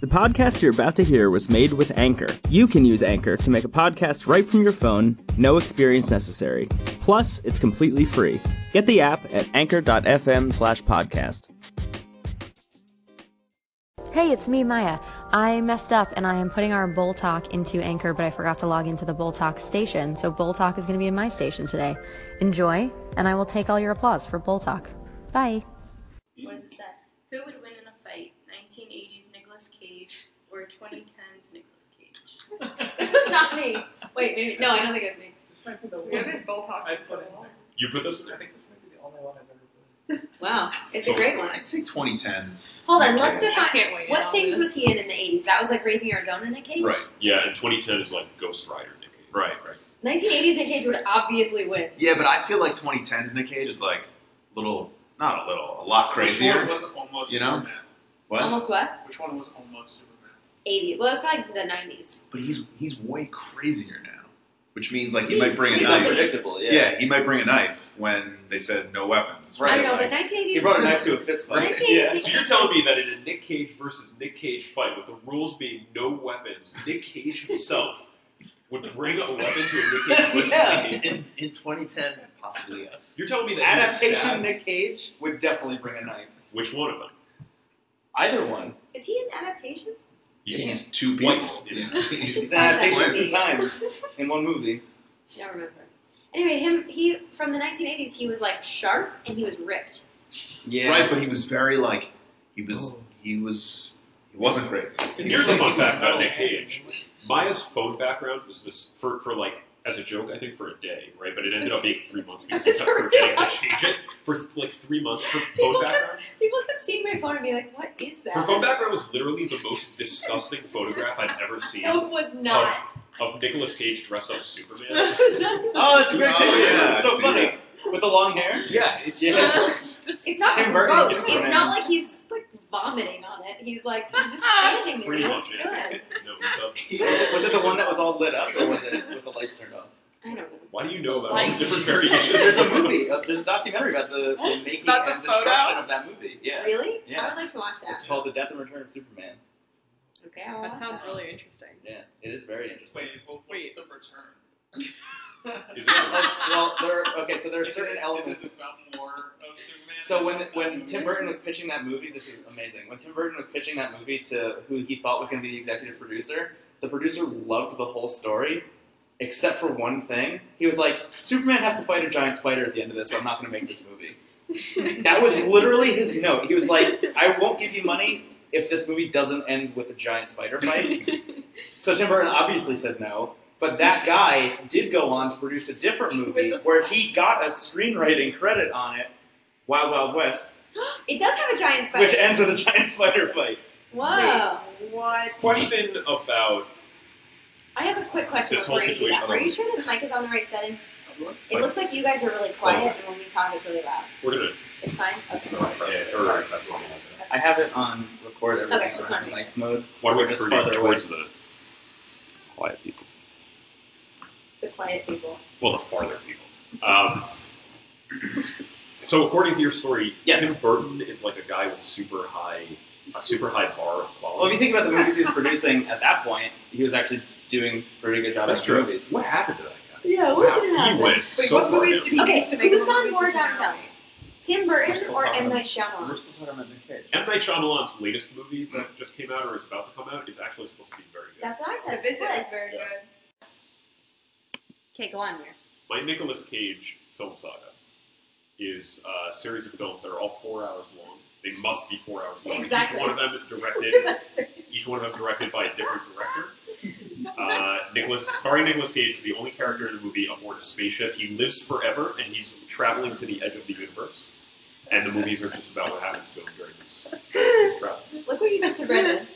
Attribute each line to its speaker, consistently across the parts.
Speaker 1: The podcast you're about to hear was made with Anchor. You can use Anchor to make a podcast right from your phone, no experience necessary. Plus, it's completely free. Get the app at anchor.fm slash podcast.
Speaker 2: Hey, it's me, Maya. I messed up and I am putting our Bull Talk into Anchor, but I forgot to log into the Bull Talk station. So Bull Talk is going to be in my station today. Enjoy, and I will take all your applause for Bull Talk. Bye.
Speaker 3: What does it say? Who would win in a fight, 1980s Nicolas Cage or 2010s Nicolas Cage?
Speaker 4: This was not me. Wait, maybe no, I don't think it's me.
Speaker 5: This might be the
Speaker 4: We haven't both talked.
Speaker 5: I put it in there.
Speaker 6: You put this in
Speaker 5: I
Speaker 6: there?
Speaker 5: think this might be the only one I've ever put.
Speaker 4: Wow, it's a great one.
Speaker 7: I'd say 2010s.
Speaker 8: Hold on, let's
Speaker 7: Okay.
Speaker 8: define
Speaker 4: can't wait.
Speaker 8: what things was he in in the 80s? That was like Raising Arizona, Nick Cage?
Speaker 7: Right,
Speaker 6: Yeah, and 2010 is like Ghost Rider, Nick Cage.
Speaker 7: right, right.
Speaker 8: 1980s Nick Cage would
Speaker 4: obviously win?
Speaker 7: Yeah, but I feel like 2010s in a cage is like a little, not a little, a lot
Speaker 5: Which
Speaker 7: crazier.
Speaker 5: one was almost
Speaker 7: You know?
Speaker 5: Superman?
Speaker 7: What?
Speaker 8: almost what?
Speaker 5: Which one was almost Superman?
Speaker 8: 80. Well, that's probably the 90s.
Speaker 7: But he's he's way crazier now, which means like he
Speaker 8: He's-
Speaker 7: might bring a
Speaker 8: he's
Speaker 7: knife.
Speaker 8: unpredictable,
Speaker 7: Yeah. he might bring a knife when they said no weapons.
Speaker 5: Right,
Speaker 8: I know, but
Speaker 7: like-
Speaker 8: 1980s.
Speaker 5: He brought a knife to a fist fight.
Speaker 8: 1980s Nick
Speaker 6: So
Speaker 8: Cage.
Speaker 6: you're telling me that in a Nick Cage versus Nick Cage fight, with the rules being no weapons, Nick Cage himself would bring a weapon to a Nick Cage versus
Speaker 5: Yeah.
Speaker 6: Nick Cage?
Speaker 7: in, in 2010, possibly yes.
Speaker 6: You're telling me that
Speaker 5: Adaptation
Speaker 6: Nick-
Speaker 5: Nick Cage would definitely bring a knife.
Speaker 6: Which one of them?
Speaker 5: Either one.
Speaker 8: Is he in adaptation?
Speaker 7: He's, he's two people.
Speaker 6: Once, yeah.
Speaker 7: He's,
Speaker 5: It's
Speaker 7: he's
Speaker 5: an adaptation two
Speaker 7: twins.
Speaker 5: times in one movie.
Speaker 8: Don't remember. Anyway, him he from the 1980s. He was like sharp and he was ripped.
Speaker 5: Yeah.
Speaker 7: Right, but he was very like he was he was he wasn't crazy.
Speaker 6: Oh. And here's a fun fact about Nick Cage. Maya's phone background was this for, for like as a joke, I think for a day, right? But it ended up being three months because
Speaker 8: That's
Speaker 6: we kept forgetting to change it for like three months. Her phone
Speaker 8: People-
Speaker 6: background,
Speaker 8: People have seen my phone and be like, "What is that?"
Speaker 6: her phone background was literally the most disgusting photograph I've ever seen
Speaker 8: no, it was not.
Speaker 6: of Nicolas Cage dressed up as Superman.
Speaker 8: That was not-
Speaker 5: Oh, that's a great
Speaker 6: Oh,
Speaker 5: picture.
Speaker 6: yeah,
Speaker 5: it's
Speaker 7: I've
Speaker 5: so
Speaker 7: seen
Speaker 5: funny.
Speaker 7: that.
Speaker 5: With the long hair.
Speaker 6: Yeah, it's
Speaker 5: Yeah.
Speaker 6: so
Speaker 8: it's not
Speaker 5: Tim Burton
Speaker 8: gross.
Speaker 5: is
Speaker 8: It's
Speaker 5: Superman.
Speaker 8: not like he's like vomiting on it. He's like he's just standing there.
Speaker 6: pretty
Speaker 8: It looks
Speaker 6: much it.
Speaker 8: good.
Speaker 6: No, it doesn't.
Speaker 5: was it the one that was all lit up, or was it with the lights turned off?
Speaker 8: I don't know.
Speaker 6: Why do you know about all the
Speaker 8: Like-
Speaker 6: different variations?
Speaker 5: There's a movie. uh, There's a documentary about the, the making
Speaker 4: About the
Speaker 5: and
Speaker 4: photo?
Speaker 5: destruction of that movie. Yeah.
Speaker 8: Really?
Speaker 5: Yeah.
Speaker 8: I would like to watch
Speaker 5: It's
Speaker 8: that.
Speaker 5: called The Death and Return of Superman.
Speaker 8: Okay, I'll watch
Speaker 4: That sounds
Speaker 8: that.
Speaker 4: really interesting.
Speaker 5: Yeah, it is very interesting.
Speaker 9: Wait, well, what's
Speaker 4: Wait.
Speaker 9: the return?
Speaker 6: Is
Speaker 5: Like,
Speaker 6: it-
Speaker 5: well, there. Are, okay, so there are
Speaker 9: Is
Speaker 5: certain
Speaker 9: it- Is
Speaker 5: elements.
Speaker 9: it about more of Superman?
Speaker 5: So
Speaker 9: than
Speaker 5: when
Speaker 9: just that
Speaker 5: when
Speaker 9: movie?
Speaker 5: Tim Burton was pitching that movie, this is amazing. When Tim Burton was pitching that movie to who he thought was going to be the executive producer, the producer loved the whole story, except for one thing. He was like, "Superman has to fight a giant spider at the end of this, so I'm not going to make this movie." that was literally his note. He was like, "I won't give you money if this movie doesn't end with a giant spider fight." so Tim Burton obviously said no. But that guy did go on to produce a different movie
Speaker 4: With the-
Speaker 5: where he got a screenwriting credit on it, Wild Wild West,
Speaker 8: It does have a giant spider.
Speaker 5: which ends with a giant spider fight.
Speaker 8: Whoa!
Speaker 4: What?
Speaker 6: Question about
Speaker 8: I have a quick question
Speaker 6: This
Speaker 8: before
Speaker 6: whole
Speaker 8: you do
Speaker 6: situation-
Speaker 8: that. Are you sure this mic is on the right settings? It
Speaker 6: Like-
Speaker 8: looks like you guys are really quiet, and when we talk, it's really loud.
Speaker 6: we're gonna
Speaker 8: It's fine.
Speaker 7: That's
Speaker 8: Okay.
Speaker 7: not right.
Speaker 6: Yeah, or-
Speaker 7: Sorry, that's not right.
Speaker 5: I have it on record everything
Speaker 8: Okay, just
Speaker 5: so I'm
Speaker 8: wanted to
Speaker 5: in
Speaker 8: make
Speaker 5: mic mode.
Speaker 6: why
Speaker 5: We're
Speaker 6: would
Speaker 5: just
Speaker 6: turn
Speaker 5: farther
Speaker 6: towards the quiet people.
Speaker 8: The quiet people.
Speaker 6: well, the farther people. Um, so, according to your story,
Speaker 5: Yes.
Speaker 6: Tim Burton is like a guy with super high, a super high bar of
Speaker 5: Well, if
Speaker 6: quality.
Speaker 5: you think about the movies he was producing at that point, he was actually doing a pretty good job
Speaker 6: That's
Speaker 5: at
Speaker 6: true.
Speaker 5: movies.
Speaker 6: What happened to that guy?
Speaker 8: Yeah,
Speaker 6: Wow, he went
Speaker 4: Wait,
Speaker 6: so
Speaker 4: what
Speaker 6: far
Speaker 4: movies
Speaker 6: down.
Speaker 4: did he
Speaker 8: Okay,
Speaker 4: used to make?
Speaker 8: who's
Speaker 4: What
Speaker 8: on
Speaker 4: movies
Speaker 8: more
Speaker 4: did he
Speaker 8: downhill?
Speaker 4: make?
Speaker 8: Tim
Speaker 6: We're
Speaker 8: Burton
Speaker 6: still
Speaker 8: or
Speaker 6: talking
Speaker 8: M.
Speaker 6: about-
Speaker 8: Night Shyamalan?
Speaker 5: still talking about Nick Cage.
Speaker 6: M. Night Shyamalan's latest movie that just came out or is about to come out is actually supposed to be very good.
Speaker 8: That's what I
Speaker 4: The
Speaker 8: said.
Speaker 4: visit was
Speaker 8: Split.
Speaker 4: very
Speaker 6: Yeah.
Speaker 4: good.
Speaker 8: Okay, go on here.
Speaker 6: My Nicolas Cage film saga is uh, a series of films that are all four hours long. They must be four hours long.
Speaker 8: Exactly.
Speaker 6: Each one of them directed each one of them directed by a different director. Uh, Nicholas, starring Nicholas Cage, is the only character in the movie aboard a spaceship. He lives forever, and he's traveling to the edge of the universe. And the movies are just about what happens to him during his, his travels.
Speaker 8: Look what you did to Brendan.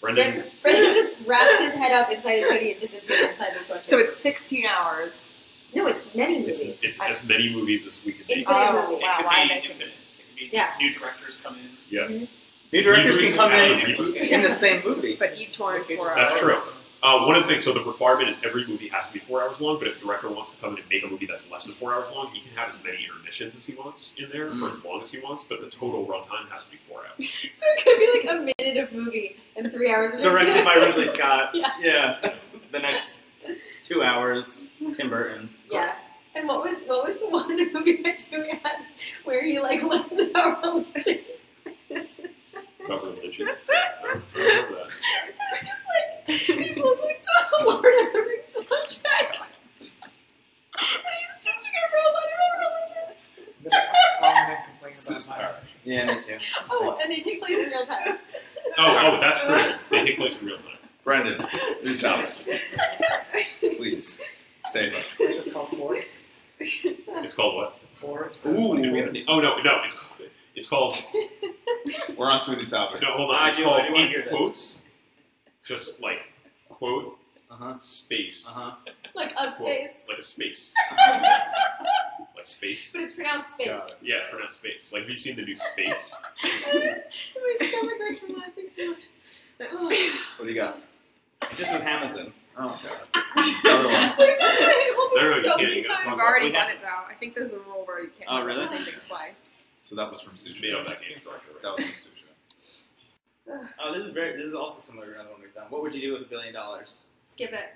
Speaker 6: Brendan,
Speaker 8: Brendan, Brendan just wraps his head up inside his hoodie and disappears inside the sweatshirt.
Speaker 4: So it's 16 hours.
Speaker 8: no, it's many movies.
Speaker 6: it's, it's
Speaker 8: I-
Speaker 6: as many movies as we can make.
Speaker 8: infinite
Speaker 4: Oh,
Speaker 8: movies.
Speaker 4: wow.
Speaker 9: it
Speaker 4: why did I
Speaker 9: could be
Speaker 4: think-
Speaker 9: infinite. It could be
Speaker 8: Yeah.
Speaker 9: new directors come in.
Speaker 6: Yeah,
Speaker 5: New directors
Speaker 6: Reboots
Speaker 5: can come
Speaker 6: and
Speaker 5: in
Speaker 6: reboots.
Speaker 5: in the same movie.
Speaker 4: But each one is four
Speaker 6: That's
Speaker 4: hours.
Speaker 6: true. Uh, one of the things, so the requirement is every movie has to be four hours long, but if a director wants to come in and make a movie that's less than four hours long, he can have as many intermissions as he wants in there for
Speaker 7: Mm.
Speaker 6: as long as he wants, but the total runtime has to be four hours.
Speaker 8: So it could be like a minute of movie and three hours of
Speaker 5: Directed by
Speaker 8: interview.
Speaker 5: Ridley Scott.
Speaker 8: Yeah.
Speaker 5: yeah. The next two hours, Tim Burton.
Speaker 8: Yeah. And what was what was the one movie that you had where he like learns about religion?
Speaker 6: About religion. I don't remember that.
Speaker 8: He's like he's listening to the Lord of the Rings soundtrack. And he's teaching everyone
Speaker 9: Oh, I'm complaining
Speaker 6: This
Speaker 9: about
Speaker 6: is- all
Speaker 9: my
Speaker 6: right.
Speaker 5: Yeah, me too.
Speaker 8: about religion. Oh, and they take place in real time.
Speaker 6: Oh, oh, that's great. They take place in real time.
Speaker 7: Brendan, do tell us. Please, save us.
Speaker 9: It's just called Four.
Speaker 6: It's called what?
Speaker 9: Four. It's
Speaker 6: Ooh, did we have a
Speaker 9: the-
Speaker 6: name? Oh, no, no. It's, it's called,
Speaker 7: We're on to the topic.
Speaker 6: no, hold
Speaker 5: I
Speaker 6: on. It's
Speaker 5: do- I
Speaker 6: called
Speaker 5: do Ah, wanna
Speaker 6: in
Speaker 5: hear this.
Speaker 6: quotes, just like quote
Speaker 5: Uh huh.
Speaker 6: space.
Speaker 5: Uh huh.
Speaker 8: Like a
Speaker 6: Quote,
Speaker 8: space.
Speaker 6: Like a space. like space.
Speaker 8: But it's pronounced space.
Speaker 5: Got it.
Speaker 6: Yeah, it's pronounced space. Like, have you seen the new Space?
Speaker 8: My stomach hurts from laughing too much. Oh.
Speaker 7: What do you got?
Speaker 5: Just as Hamilton.
Speaker 7: Oh god.
Speaker 8: We've done that
Speaker 6: They're
Speaker 8: Hamilton so
Speaker 6: really
Speaker 8: many
Speaker 6: getting it.
Speaker 8: times.
Speaker 6: Fuck.
Speaker 10: I've already
Speaker 5: We
Speaker 10: done
Speaker 5: have-
Speaker 10: it though. I think there's a rule where you can't
Speaker 5: Oh,
Speaker 10: do
Speaker 5: really?
Speaker 10: the same thing twice.
Speaker 7: So that was from
Speaker 6: It's
Speaker 7: Suja.
Speaker 6: made up that game structure.
Speaker 7: That was from Suja.
Speaker 5: Oh, this is very. This is also similar to another one we've done. What would you do with a billion dollars?
Speaker 8: Skip it.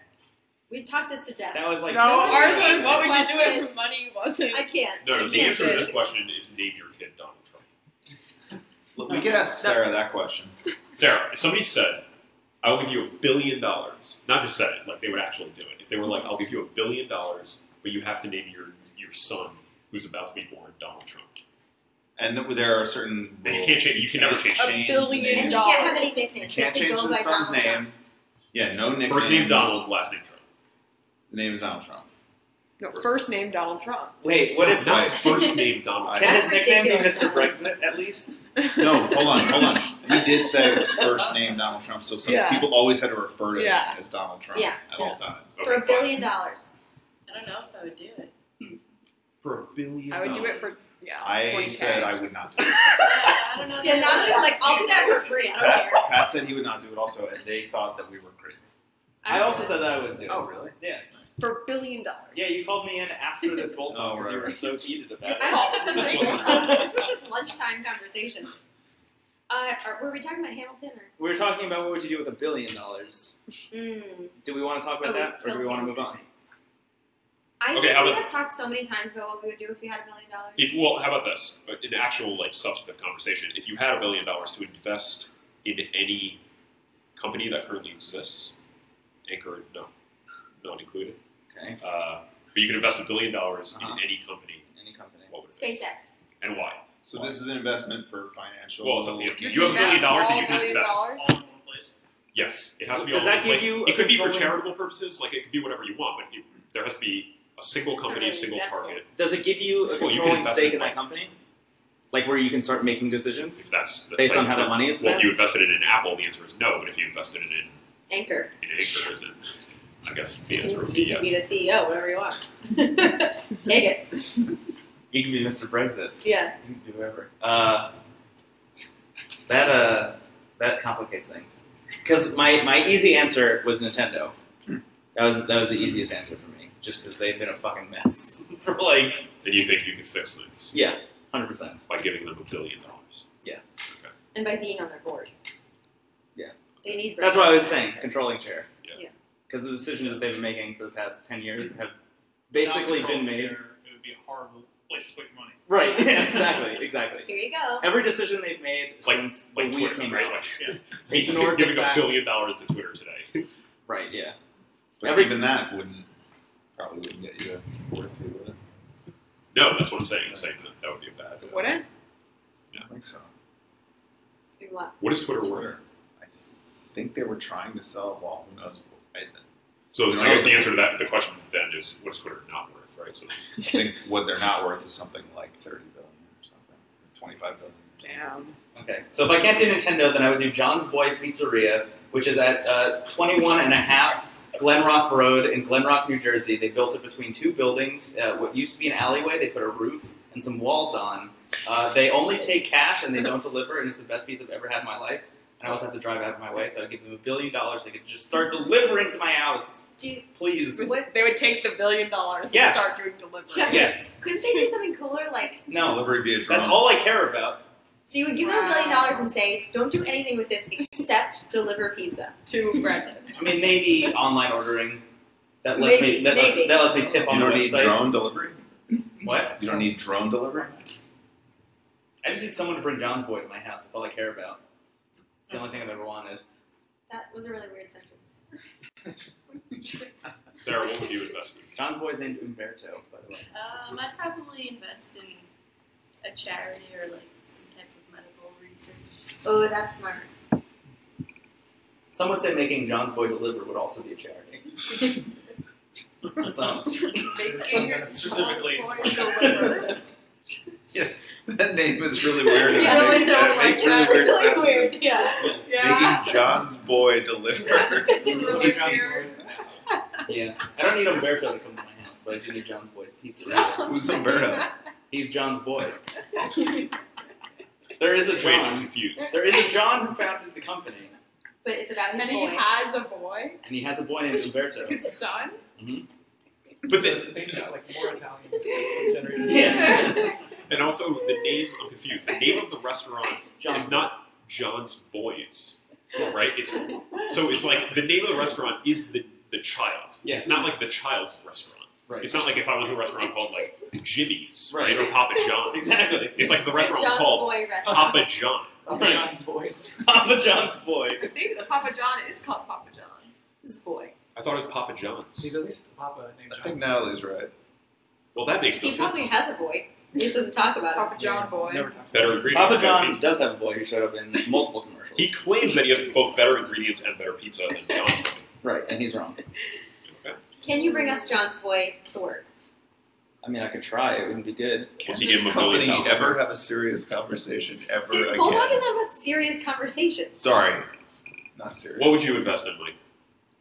Speaker 8: We've talked this to death.
Speaker 5: That was like.
Speaker 10: no,
Speaker 8: No,
Speaker 10: ours
Speaker 8: this is
Speaker 10: was what
Speaker 8: the
Speaker 10: would you do
Speaker 8: question.
Speaker 10: if money wasn't?
Speaker 8: I can't.
Speaker 6: No, no,
Speaker 8: I
Speaker 6: the
Speaker 8: can't
Speaker 6: answer
Speaker 8: do
Speaker 6: to
Speaker 8: it.
Speaker 6: this question is name your kid Donald Trump.
Speaker 7: Look, we could ask Sarah that question.
Speaker 6: Sarah, if somebody said, I'll give you a billion dollars, not just said it, like they would actually do it. If they were like, I'll give you a billion dollars, but you have to name your, your son who's about to be born Donald Trump.
Speaker 7: And th- there are certain
Speaker 6: And you
Speaker 7: rules.
Speaker 6: can't change, you can never change
Speaker 10: A
Speaker 6: it.
Speaker 7: Change the
Speaker 10: billion
Speaker 7: name.
Speaker 8: And you
Speaker 10: dollars.
Speaker 8: can't have any
Speaker 7: You
Speaker 8: nicknames.
Speaker 7: can't
Speaker 8: Just to
Speaker 7: change
Speaker 8: go
Speaker 7: the
Speaker 8: by
Speaker 7: son's
Speaker 8: Donald
Speaker 7: name.
Speaker 8: Trump.
Speaker 7: Yeah, no nickname.
Speaker 6: First name Donald, last name Trump.
Speaker 7: The name is Donald Trump.
Speaker 10: No, first name Donald Trump.
Speaker 5: Wait, what if?
Speaker 6: Not
Speaker 7: Right.
Speaker 6: first name Donald
Speaker 7: That's
Speaker 5: Can
Speaker 6: Trump.
Speaker 5: his nickname be
Speaker 10: ridiculous.
Speaker 5: Mr. Brexit at least?
Speaker 7: No, hold on, hold on. We did say it was first name Donald Trump, so some
Speaker 10: Yeah.
Speaker 7: people always had to refer to
Speaker 10: Yeah.
Speaker 7: him as Donald Trump
Speaker 8: Yeah.
Speaker 7: at
Speaker 10: Yeah.
Speaker 7: all times.
Speaker 8: For a
Speaker 6: Okay, fine.
Speaker 8: billion dollars.
Speaker 3: I don't know if I would do it.
Speaker 6: For a billion
Speaker 10: I would do it
Speaker 6: dollars.
Speaker 10: for yeah.
Speaker 7: I
Speaker 10: 20K.
Speaker 7: said I would not do it.
Speaker 3: Yeah, I don't know.
Speaker 8: Yeah,
Speaker 3: that
Speaker 8: Donald
Speaker 3: I-
Speaker 8: Trump's like, I'll do that for free. I don't
Speaker 7: Pat,
Speaker 8: care.
Speaker 7: Pat said he would not do it also, and they thought that we were crazy.
Speaker 5: I also said that I would do. it.
Speaker 7: Oh, really?
Speaker 5: Yeah.
Speaker 10: for a billion dollars.
Speaker 5: Yeah, you called me in after this bolt
Speaker 7: Oh,
Speaker 5: because
Speaker 7: right,
Speaker 5: you were
Speaker 7: right.
Speaker 5: so heated about it.
Speaker 8: I don't think this was
Speaker 5: This
Speaker 8: real
Speaker 5: wasn't-
Speaker 8: time. This was just lunchtime conversation. Uh, are, were we talking about Hamilton or?
Speaker 5: We were talking about what would you do with a billion dollars.
Speaker 8: Mm.
Speaker 5: Do we want to talk
Speaker 8: Oh,
Speaker 5: about
Speaker 8: we
Speaker 5: that, or do we
Speaker 8: killed
Speaker 5: want to move on?
Speaker 8: I
Speaker 6: Okay,
Speaker 8: think
Speaker 6: how
Speaker 8: we
Speaker 6: about-
Speaker 8: have talked so many times about what we would do if we had a billion dollars.
Speaker 6: If well, how about this? An actual like substantive conversation. If you had a billion dollars to invest in any company that currently exists, Anchor no, not included.
Speaker 5: Okay.
Speaker 6: Uh, but you can invest a billion dollars
Speaker 5: Uh-huh.
Speaker 6: in any company.
Speaker 5: Any company.
Speaker 6: What would it be?
Speaker 8: SpaceX.
Speaker 6: And why?
Speaker 7: So this is an investment for financial.
Speaker 6: Well, it's up to you.
Speaker 10: You
Speaker 6: You have a
Speaker 10: can
Speaker 6: billion
Speaker 10: invest
Speaker 6: dollars and
Speaker 10: all
Speaker 6: you can
Speaker 10: billion
Speaker 6: invest
Speaker 10: dollars?
Speaker 6: all in one place. Yes, it has to be
Speaker 5: Does
Speaker 6: all in
Speaker 5: that
Speaker 6: one
Speaker 5: give
Speaker 6: place.
Speaker 5: you a
Speaker 6: it could be for
Speaker 5: controlling-
Speaker 6: charitable purposes. Like it could be whatever you want, but you, there has to be a single
Speaker 8: It's not
Speaker 6: company, a
Speaker 8: really
Speaker 6: single
Speaker 8: investing.
Speaker 6: target.
Speaker 5: Does it give you a
Speaker 6: Well, you can
Speaker 5: controlling
Speaker 6: invest
Speaker 5: stake
Speaker 6: in
Speaker 5: in that
Speaker 6: like-
Speaker 5: company? Like where you can start making decisions?
Speaker 6: That's the
Speaker 5: Based
Speaker 6: type
Speaker 5: on how
Speaker 6: of-
Speaker 5: the money is
Speaker 6: Well, if
Speaker 5: spent?
Speaker 6: you invested it in Apple, the answer is no. But if you invested it in
Speaker 8: Anchor.
Speaker 6: in acre, then I guess the
Speaker 8: You
Speaker 6: answer
Speaker 8: can
Speaker 6: would
Speaker 8: be
Speaker 6: be yes.
Speaker 8: the CEO, whatever you want. Take it.
Speaker 5: You can be Mr. Brexit.
Speaker 8: Yeah.
Speaker 5: You can be whoever. Uh, that uh, that complicates things. Because my, my easy answer was Nintendo. That was that was the easiest answer for me. Just because they've been a fucking mess for like
Speaker 6: And you think you can fix things
Speaker 5: yeah, hundred percent.
Speaker 6: by giving them a billion dollars?
Speaker 8: And by being on their board.
Speaker 5: Yeah.
Speaker 8: They need.
Speaker 5: That's what I was saying. Controlling share.
Speaker 6: Yeah.
Speaker 8: Yeah.
Speaker 5: Because the decisions that they've been making for the past ten years have basically
Speaker 9: Without
Speaker 5: been
Speaker 9: control
Speaker 5: made.
Speaker 9: here, It would be a horrible place to put your money.
Speaker 5: Right. Yeah, exactly. Exactly.
Speaker 8: Here you go.
Speaker 5: Every decision they've made
Speaker 6: Like-
Speaker 5: since
Speaker 6: Like
Speaker 5: the Wii
Speaker 6: Twitter,
Speaker 5: came
Speaker 6: right?
Speaker 5: out.
Speaker 6: Like,
Speaker 5: They ignored the
Speaker 6: giving a
Speaker 5: fact-
Speaker 6: billion dollars to Twitter today.
Speaker 5: Right. Yeah.
Speaker 7: But
Speaker 5: Every-
Speaker 7: even that wouldn't probably wouldn't get you a four two, would it?
Speaker 6: No, that's what I'm saying. I'm saying that that would be a bad.
Speaker 10: Would it?
Speaker 7: I think so.
Speaker 8: Do what?
Speaker 6: What is Twitter worth?
Speaker 7: I think they were trying to sell. Well, who knows? I
Speaker 6: So
Speaker 7: No.
Speaker 6: I guess the answer to that, the question then is, what is Twitter not worth, right? So
Speaker 7: I think what they're not worth is something like thirty billion or something, twenty five billion.
Speaker 10: Damn.
Speaker 5: Okay. So if I can't do Nintendo, then I would do John's Boy Pizzeria, which is at uh, 21 and a half Glen Rock Road in Glen Rock, New Jersey. They built it between two buildings. Uh, what used to be an alleyway, they put a roof and some walls on. Uh, they only take cash and they don't deliver, and it's the best pizza I've ever had in my life. and I also have to drive out of my way, so I give them a billion dollars. They could just start delivering to my house,
Speaker 3: Do,
Speaker 5: please.
Speaker 10: They would take the billion dollars
Speaker 5: Yes.
Speaker 10: and start doing delivery.
Speaker 3: Yeah.
Speaker 5: Yes.
Speaker 3: couldn't they do something cooler? Like,
Speaker 5: No.
Speaker 7: Delivery via drone.
Speaker 5: That's all I care about.
Speaker 3: so you would give them a billion dollars and say, don't do anything with this except deliver pizza to Brandon.
Speaker 5: I mean, maybe online ordering. That lets
Speaker 3: Maybe,
Speaker 5: me. That lets,
Speaker 3: maybe.
Speaker 5: that lets me tip on
Speaker 7: You don't
Speaker 5: the
Speaker 7: need
Speaker 5: website.
Speaker 7: drone delivery.
Speaker 5: What?
Speaker 7: You don't need drone delivery.
Speaker 5: I just need someone to bring John's boy to my house. That's all I care about. It's the only thing I've ever wanted.
Speaker 3: That was a really weird sentence.
Speaker 6: Sarah, what would you invest in?
Speaker 5: John's boy is named Umberto, by the way.
Speaker 3: Um, I'd probably invest in a charity or like some type of medical research. Oh, that's smart.
Speaker 5: Some would say making John's boy deliver would also be a charity. To some.
Speaker 9: Specifically.
Speaker 7: That name is really weird. and
Speaker 10: Yeah,
Speaker 7: it
Speaker 10: I
Speaker 7: makes,
Speaker 10: don't
Speaker 7: it
Speaker 10: like
Speaker 7: makes
Speaker 10: that.
Speaker 7: really weird
Speaker 10: Really
Speaker 7: sentences.
Speaker 10: weird.
Speaker 3: Yeah.
Speaker 7: Making John's boy deliver.
Speaker 10: Really weird.
Speaker 5: Yeah. I don't need Umberto to come to my house, but I do need John's boy's pizza.
Speaker 7: Who's Umberto?
Speaker 5: He's John's boy. There is a
Speaker 6: Wait, I'm
Speaker 5: John.
Speaker 6: confused.
Speaker 5: There is a John who founded the company,
Speaker 3: But it's about his
Speaker 10: And he
Speaker 3: boy.
Speaker 10: has a boy.
Speaker 5: and he has a boy named Umberto.
Speaker 10: His son.
Speaker 6: But then,
Speaker 9: They've got like more Italian generation.
Speaker 5: Yeah.
Speaker 6: and also the name. I'm confused. The name of the restaurant
Speaker 5: John's
Speaker 6: is not John's Boys, right? It's so it's like the name of the restaurant is the the child.
Speaker 5: Yeah.
Speaker 6: It's not like the child's restaurant.
Speaker 5: Right.
Speaker 6: It's not like if I went to a restaurant called like Jimmy's,
Speaker 5: Right.
Speaker 6: right, or Papa John's.
Speaker 5: Exactly.
Speaker 6: It's like the restaurant was
Speaker 3: John's
Speaker 6: called
Speaker 3: boy restaurant.
Speaker 6: Papa John.
Speaker 5: Papa
Speaker 6: Right.
Speaker 5: John's boy. Papa John's boy.
Speaker 10: I think Papa John is called Papa John. His boy.
Speaker 6: I thought it was Papa John's.
Speaker 9: He's at least Papa named
Speaker 7: I
Speaker 9: John.
Speaker 7: think Natalie's right.
Speaker 6: Well, that makes no
Speaker 3: He
Speaker 6: sense.
Speaker 3: probably has a boy. He just doesn't talk about it.
Speaker 10: Papa John boy.
Speaker 9: Never talks
Speaker 6: Better
Speaker 9: about it.
Speaker 6: ingredients.
Speaker 5: Papa
Speaker 6: better
Speaker 5: John
Speaker 6: pizza.
Speaker 5: does have a boy who showed up in multiple commercials.
Speaker 6: He claims that he has both better ingredients and better pizza than John's.
Speaker 5: right, and he's wrong.
Speaker 6: Okay.
Speaker 3: Can you bring us John's boy to work?
Speaker 5: I mean, I could try. It wouldn't be good.
Speaker 7: Can
Speaker 6: Once you
Speaker 7: this
Speaker 6: give him a billion
Speaker 7: company
Speaker 6: dollars.
Speaker 7: ever have a serious conversation ever
Speaker 3: Dude,
Speaker 7: again?
Speaker 3: Bulldog is not about serious conversations.
Speaker 7: Sorry, not serious.
Speaker 6: What would you invest in, Mike?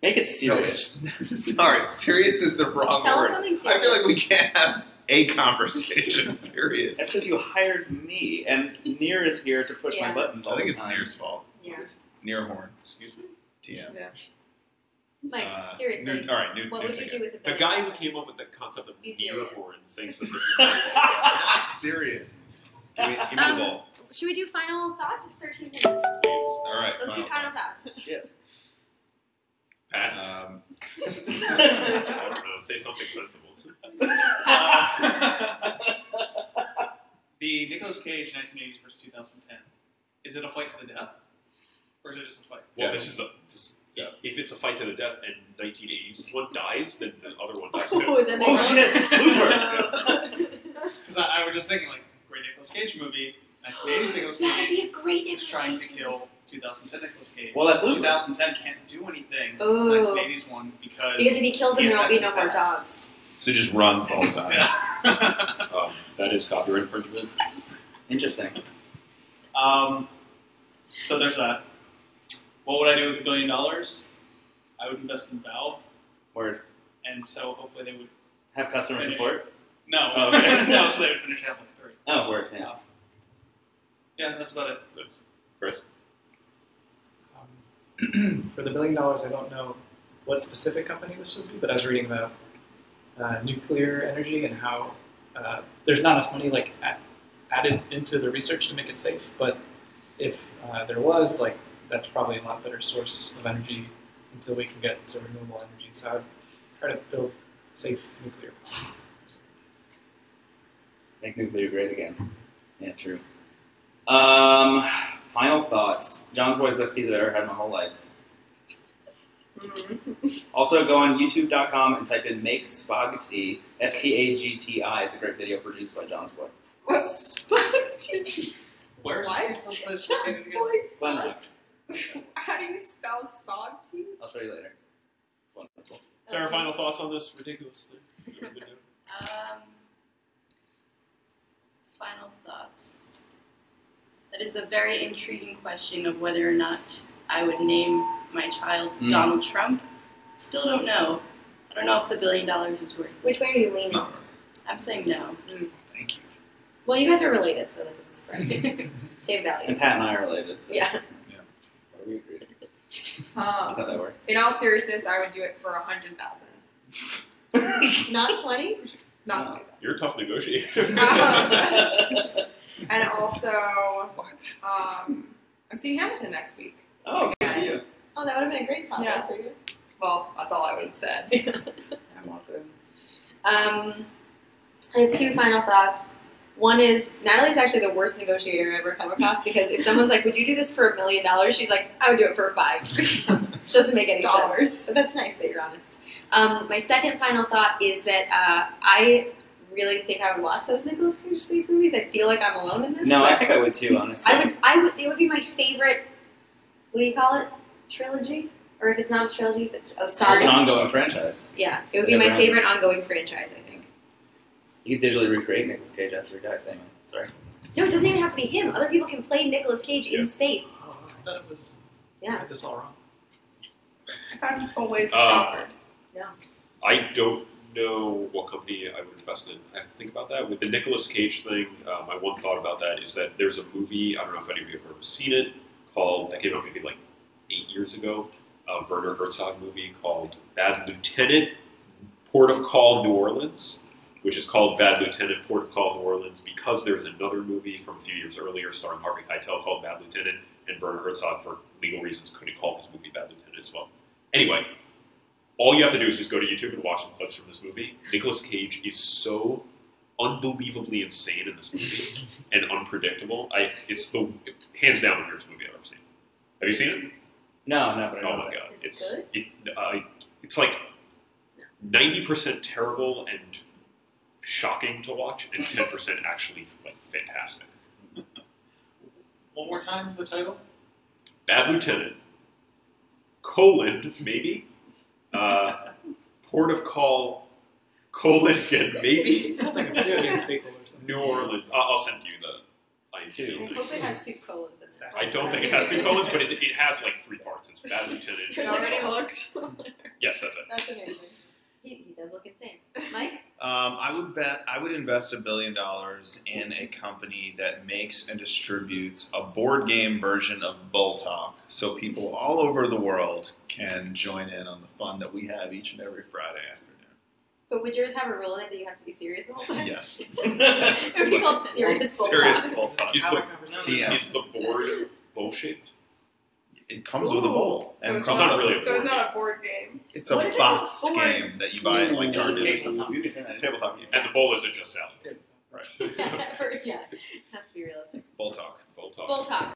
Speaker 5: Make it serious.
Speaker 7: Sorry, serious is the wrong
Speaker 3: Tell us
Speaker 7: word.
Speaker 3: something
Speaker 7: I
Speaker 3: serious.
Speaker 7: feel like we can't have a conversation. Period.
Speaker 5: That's because you hired me, and Neer is here to push
Speaker 3: Yeah.
Speaker 5: my buttons all
Speaker 7: I think
Speaker 5: the
Speaker 7: it's
Speaker 5: time.
Speaker 7: Near's fault.
Speaker 3: yeah.
Speaker 7: Near horn. Excuse me. TM.
Speaker 3: Mike,
Speaker 7: Uh,
Speaker 3: seriously.
Speaker 7: new- all right. New,
Speaker 3: what
Speaker 7: new
Speaker 3: would you
Speaker 7: ticket.
Speaker 3: do with a
Speaker 6: The
Speaker 3: billion
Speaker 6: guy who
Speaker 3: dollars?
Speaker 6: came up with the concept of
Speaker 3: Be
Speaker 6: beer
Speaker 3: serious.
Speaker 6: horn thinks that this is my
Speaker 7: Not serious. Give me, give me
Speaker 3: Um,
Speaker 7: the ball.
Speaker 3: Should we do final thoughts? It's 13 minutes.
Speaker 6: fault.
Speaker 7: All right.
Speaker 3: Let's do final thoughts.
Speaker 5: Shit.
Speaker 6: Pat,
Speaker 7: Um,
Speaker 10: Um,
Speaker 6: I don't know, say something sensible.
Speaker 9: The Nicolas Cage 1980s versus 2010. Is it a fight to the death? Or is it just a fight?
Speaker 6: Well,
Speaker 7: Yeah.
Speaker 6: this is a. This,
Speaker 7: Yeah.
Speaker 6: If it's a fight to the death and 1980s one dies, then the other one dies too.
Speaker 3: Oh, then they
Speaker 5: oh
Speaker 3: go-
Speaker 5: shit! Blooper.
Speaker 9: Because I, I was just thinking, like, great Nicolas Cage movie, 1980s Nicolas
Speaker 3: That would be
Speaker 9: Cage
Speaker 3: a great
Speaker 9: is trying to
Speaker 3: illustration.
Speaker 9: kill 2010 Nicolas Cage.
Speaker 5: Well, that's Looper.
Speaker 9: 2010 can't do anything. to the
Speaker 3: Ooh.
Speaker 9: 1980s one because.
Speaker 3: Because if he kills them,
Speaker 9: Yeah,
Speaker 3: there won't be no
Speaker 9: that's
Speaker 3: more
Speaker 9: just
Speaker 3: dogs.
Speaker 7: so just run the whole time.
Speaker 9: Yeah.
Speaker 6: Um, that is copyright infringement.
Speaker 5: Interesting.
Speaker 9: um, so there's that. What would I do with a billion dollars? I would invest in Valve,
Speaker 5: Word.
Speaker 9: and so hopefully they would.
Speaker 5: Have customer
Speaker 9: Finish.
Speaker 5: support.
Speaker 9: No,
Speaker 5: Oh, okay.
Speaker 9: no, so they would finish Half-Life 3.
Speaker 5: Oh, word. Yeah.
Speaker 9: Yeah, that's about it.
Speaker 7: All
Speaker 9: Um, For the billion dollars, I don't know what specific company this would be, but I was reading the uh, nuclear energy and how uh, there's not enough money like a- added into the research to make it safe. But if uh, there was, like that's probably a lot better source of energy until we can get to renewable energy. So I would try to build safe nuclear.
Speaker 5: Make nuclear great again. Yeah, true. Um, final thoughts. John's boy's best pizza I've ever had in my whole life.
Speaker 10: Mhm.
Speaker 5: Mm-hmm. Also, go on YouTube.com and type in "Make Spaghetti." S P A G T I. It's a great video produced by John's boy.
Speaker 10: What's Spaghetti?
Speaker 9: Where's
Speaker 10: What? John's boy's
Speaker 5: Glen Rock.
Speaker 10: How do you spell Spaghetti?
Speaker 5: I'll show you later. It's wonderful.
Speaker 6: Sarah, final thoughts on this ridiculous thing?
Speaker 3: Um, final thoughts. That is a very intriguing question of whether or not I would name my child
Speaker 5: Mm.
Speaker 3: Donald Trump. Still don't know. I don't know if the billion dollars is worth. it.
Speaker 2: Which way are you leaning?
Speaker 3: I'm saying no.
Speaker 7: Thank you.
Speaker 2: Well, you guys are related, so that doesn't surprise me. Same values.
Speaker 5: And Pat and I are related. So
Speaker 2: Yeah.
Speaker 7: Yeah.
Speaker 5: It's
Speaker 3: Um,
Speaker 5: That's how that works.
Speaker 3: In all seriousness, I would do it for a hundred thousand.
Speaker 8: Not 20?
Speaker 3: Not
Speaker 6: You're a tough negotiator.
Speaker 3: and also, um, I'm seeing Hamilton next week.
Speaker 5: oh, good
Speaker 3: Yes.
Speaker 5: for you.
Speaker 8: Oh, that would have been a great topic
Speaker 3: Yeah.
Speaker 8: for you.
Speaker 3: Well, that's all I would have said.
Speaker 8: I'm welcome. Um, I have two final thoughts. One is Natalie's actually the worst negotiator I've ever come across because if someone's like, "Would you do this for a million dollars?" She's like, "I would do it for five. Which doesn't make any
Speaker 3: Dollars.
Speaker 8: sense. But that's nice that you're honest. Um, my second final thought is that uh, I really think I would watch those Nicolas Cage space movies. I feel like I'm alone in this.
Speaker 5: No, I
Speaker 8: but
Speaker 5: think I would too, honestly.
Speaker 8: I would. I would. It would be my favorite. What do you call it? Trilogy, or if it's not a trilogy, if it's oh
Speaker 5: It's
Speaker 8: sorry,
Speaker 5: an ongoing franchise.
Speaker 8: yeah, it would be
Speaker 5: Never
Speaker 8: my favorite
Speaker 5: ends.
Speaker 8: ongoing franchise. I think.
Speaker 5: You could digitally recreate Nicolas Cage after he dies. Anyway, sorry.
Speaker 8: No, it doesn't even have to be him. Other people can play Nicolas Cage
Speaker 6: Yeah.
Speaker 8: in space.
Speaker 9: Oh, I thought it was. I
Speaker 8: Yeah.
Speaker 9: had this all wrong.
Speaker 3: I thought you always
Speaker 6: Uh,
Speaker 3: Stoppard.
Speaker 6: I don't know what company I would invest in. I have to think about that. With the Nicolas Cage thing, uh, my one thought about that is that there's a movie, I don't know if any of you have ever seen it, called, that came out maybe like eight years ago, a Werner Herzog movie called Bad Lieutenant, Port of Call, New Orleans, which is called Bad Lieutenant, Port of Call, New Orleans, because there's another movie from a few years earlier starring Harvey Keitel called Bad Lieutenant, and Werner Herzog, for legal reasons, couldn't call his movie Bad Lieutenant as well. Anyway, all you have to do is just go to YouTube and watch some clips from this movie. Nicolas Cage is so unbelievably insane in this movie and unpredictable. I it's the hands down the weirdest movie I've ever seen. Have you seen it?
Speaker 5: No, no, but I
Speaker 6: Oh
Speaker 5: know
Speaker 6: my
Speaker 5: that.
Speaker 6: god,
Speaker 8: Is it
Speaker 6: it's
Speaker 8: good?
Speaker 6: it, uh, it's like ninety percent terrible and shocking to watch, and ten percent actually like fantastic.
Speaker 7: One more time, the title.
Speaker 6: Bad Lieutenant, colon, maybe, uh, port of call, colon again, maybe,
Speaker 9: It sounds like a video game sequel or something.
Speaker 6: New Orleans. I'll, I'll send you the
Speaker 3: I
Speaker 6: IMDb.
Speaker 3: hope it has two colons in it.
Speaker 6: I don't think it has two colons, but it, it has like three parts. It's Bad Lieutenant.
Speaker 3: There's already looks.
Speaker 6: Yes, that's it.
Speaker 3: That's amazing.
Speaker 8: He, he does look insane. Mike?
Speaker 7: Um, I would bet I would invest a billion dollars in a company that makes and distributes a board game version of Bull Talk, so people all over the world can join in on the fun that we have each and every Friday afternoon.
Speaker 8: But would yours have a rule in it that you have to be serious the whole time?
Speaker 7: Yes,
Speaker 8: it would be called Serious Bull
Speaker 7: serious
Speaker 8: Talk.
Speaker 7: Bull Talk.
Speaker 6: Is
Speaker 9: Have a
Speaker 6: the,
Speaker 9: conversation.
Speaker 7: Yeah.
Speaker 6: is the board bowl shaped?
Speaker 7: It comes with a bowl,
Speaker 3: So
Speaker 7: and
Speaker 3: it's
Speaker 7: comes
Speaker 6: not
Speaker 7: with a-
Speaker 6: really
Speaker 3: So it's not a board game.
Speaker 7: it's
Speaker 8: What if
Speaker 7: a
Speaker 8: it's a
Speaker 7: box
Speaker 8: board?
Speaker 7: game that you buy at like
Speaker 5: It's
Speaker 7: Target or
Speaker 5: a
Speaker 7: something.
Speaker 5: tabletop. You could turn that
Speaker 7: It's a
Speaker 5: into-
Speaker 7: tabletop game.
Speaker 6: And the bowl isn't just salad.
Speaker 9: Yeah.
Speaker 8: yeah, it has to be realistic.
Speaker 7: Bull Talk.
Speaker 6: Bowl talk.
Speaker 8: Bull Talk.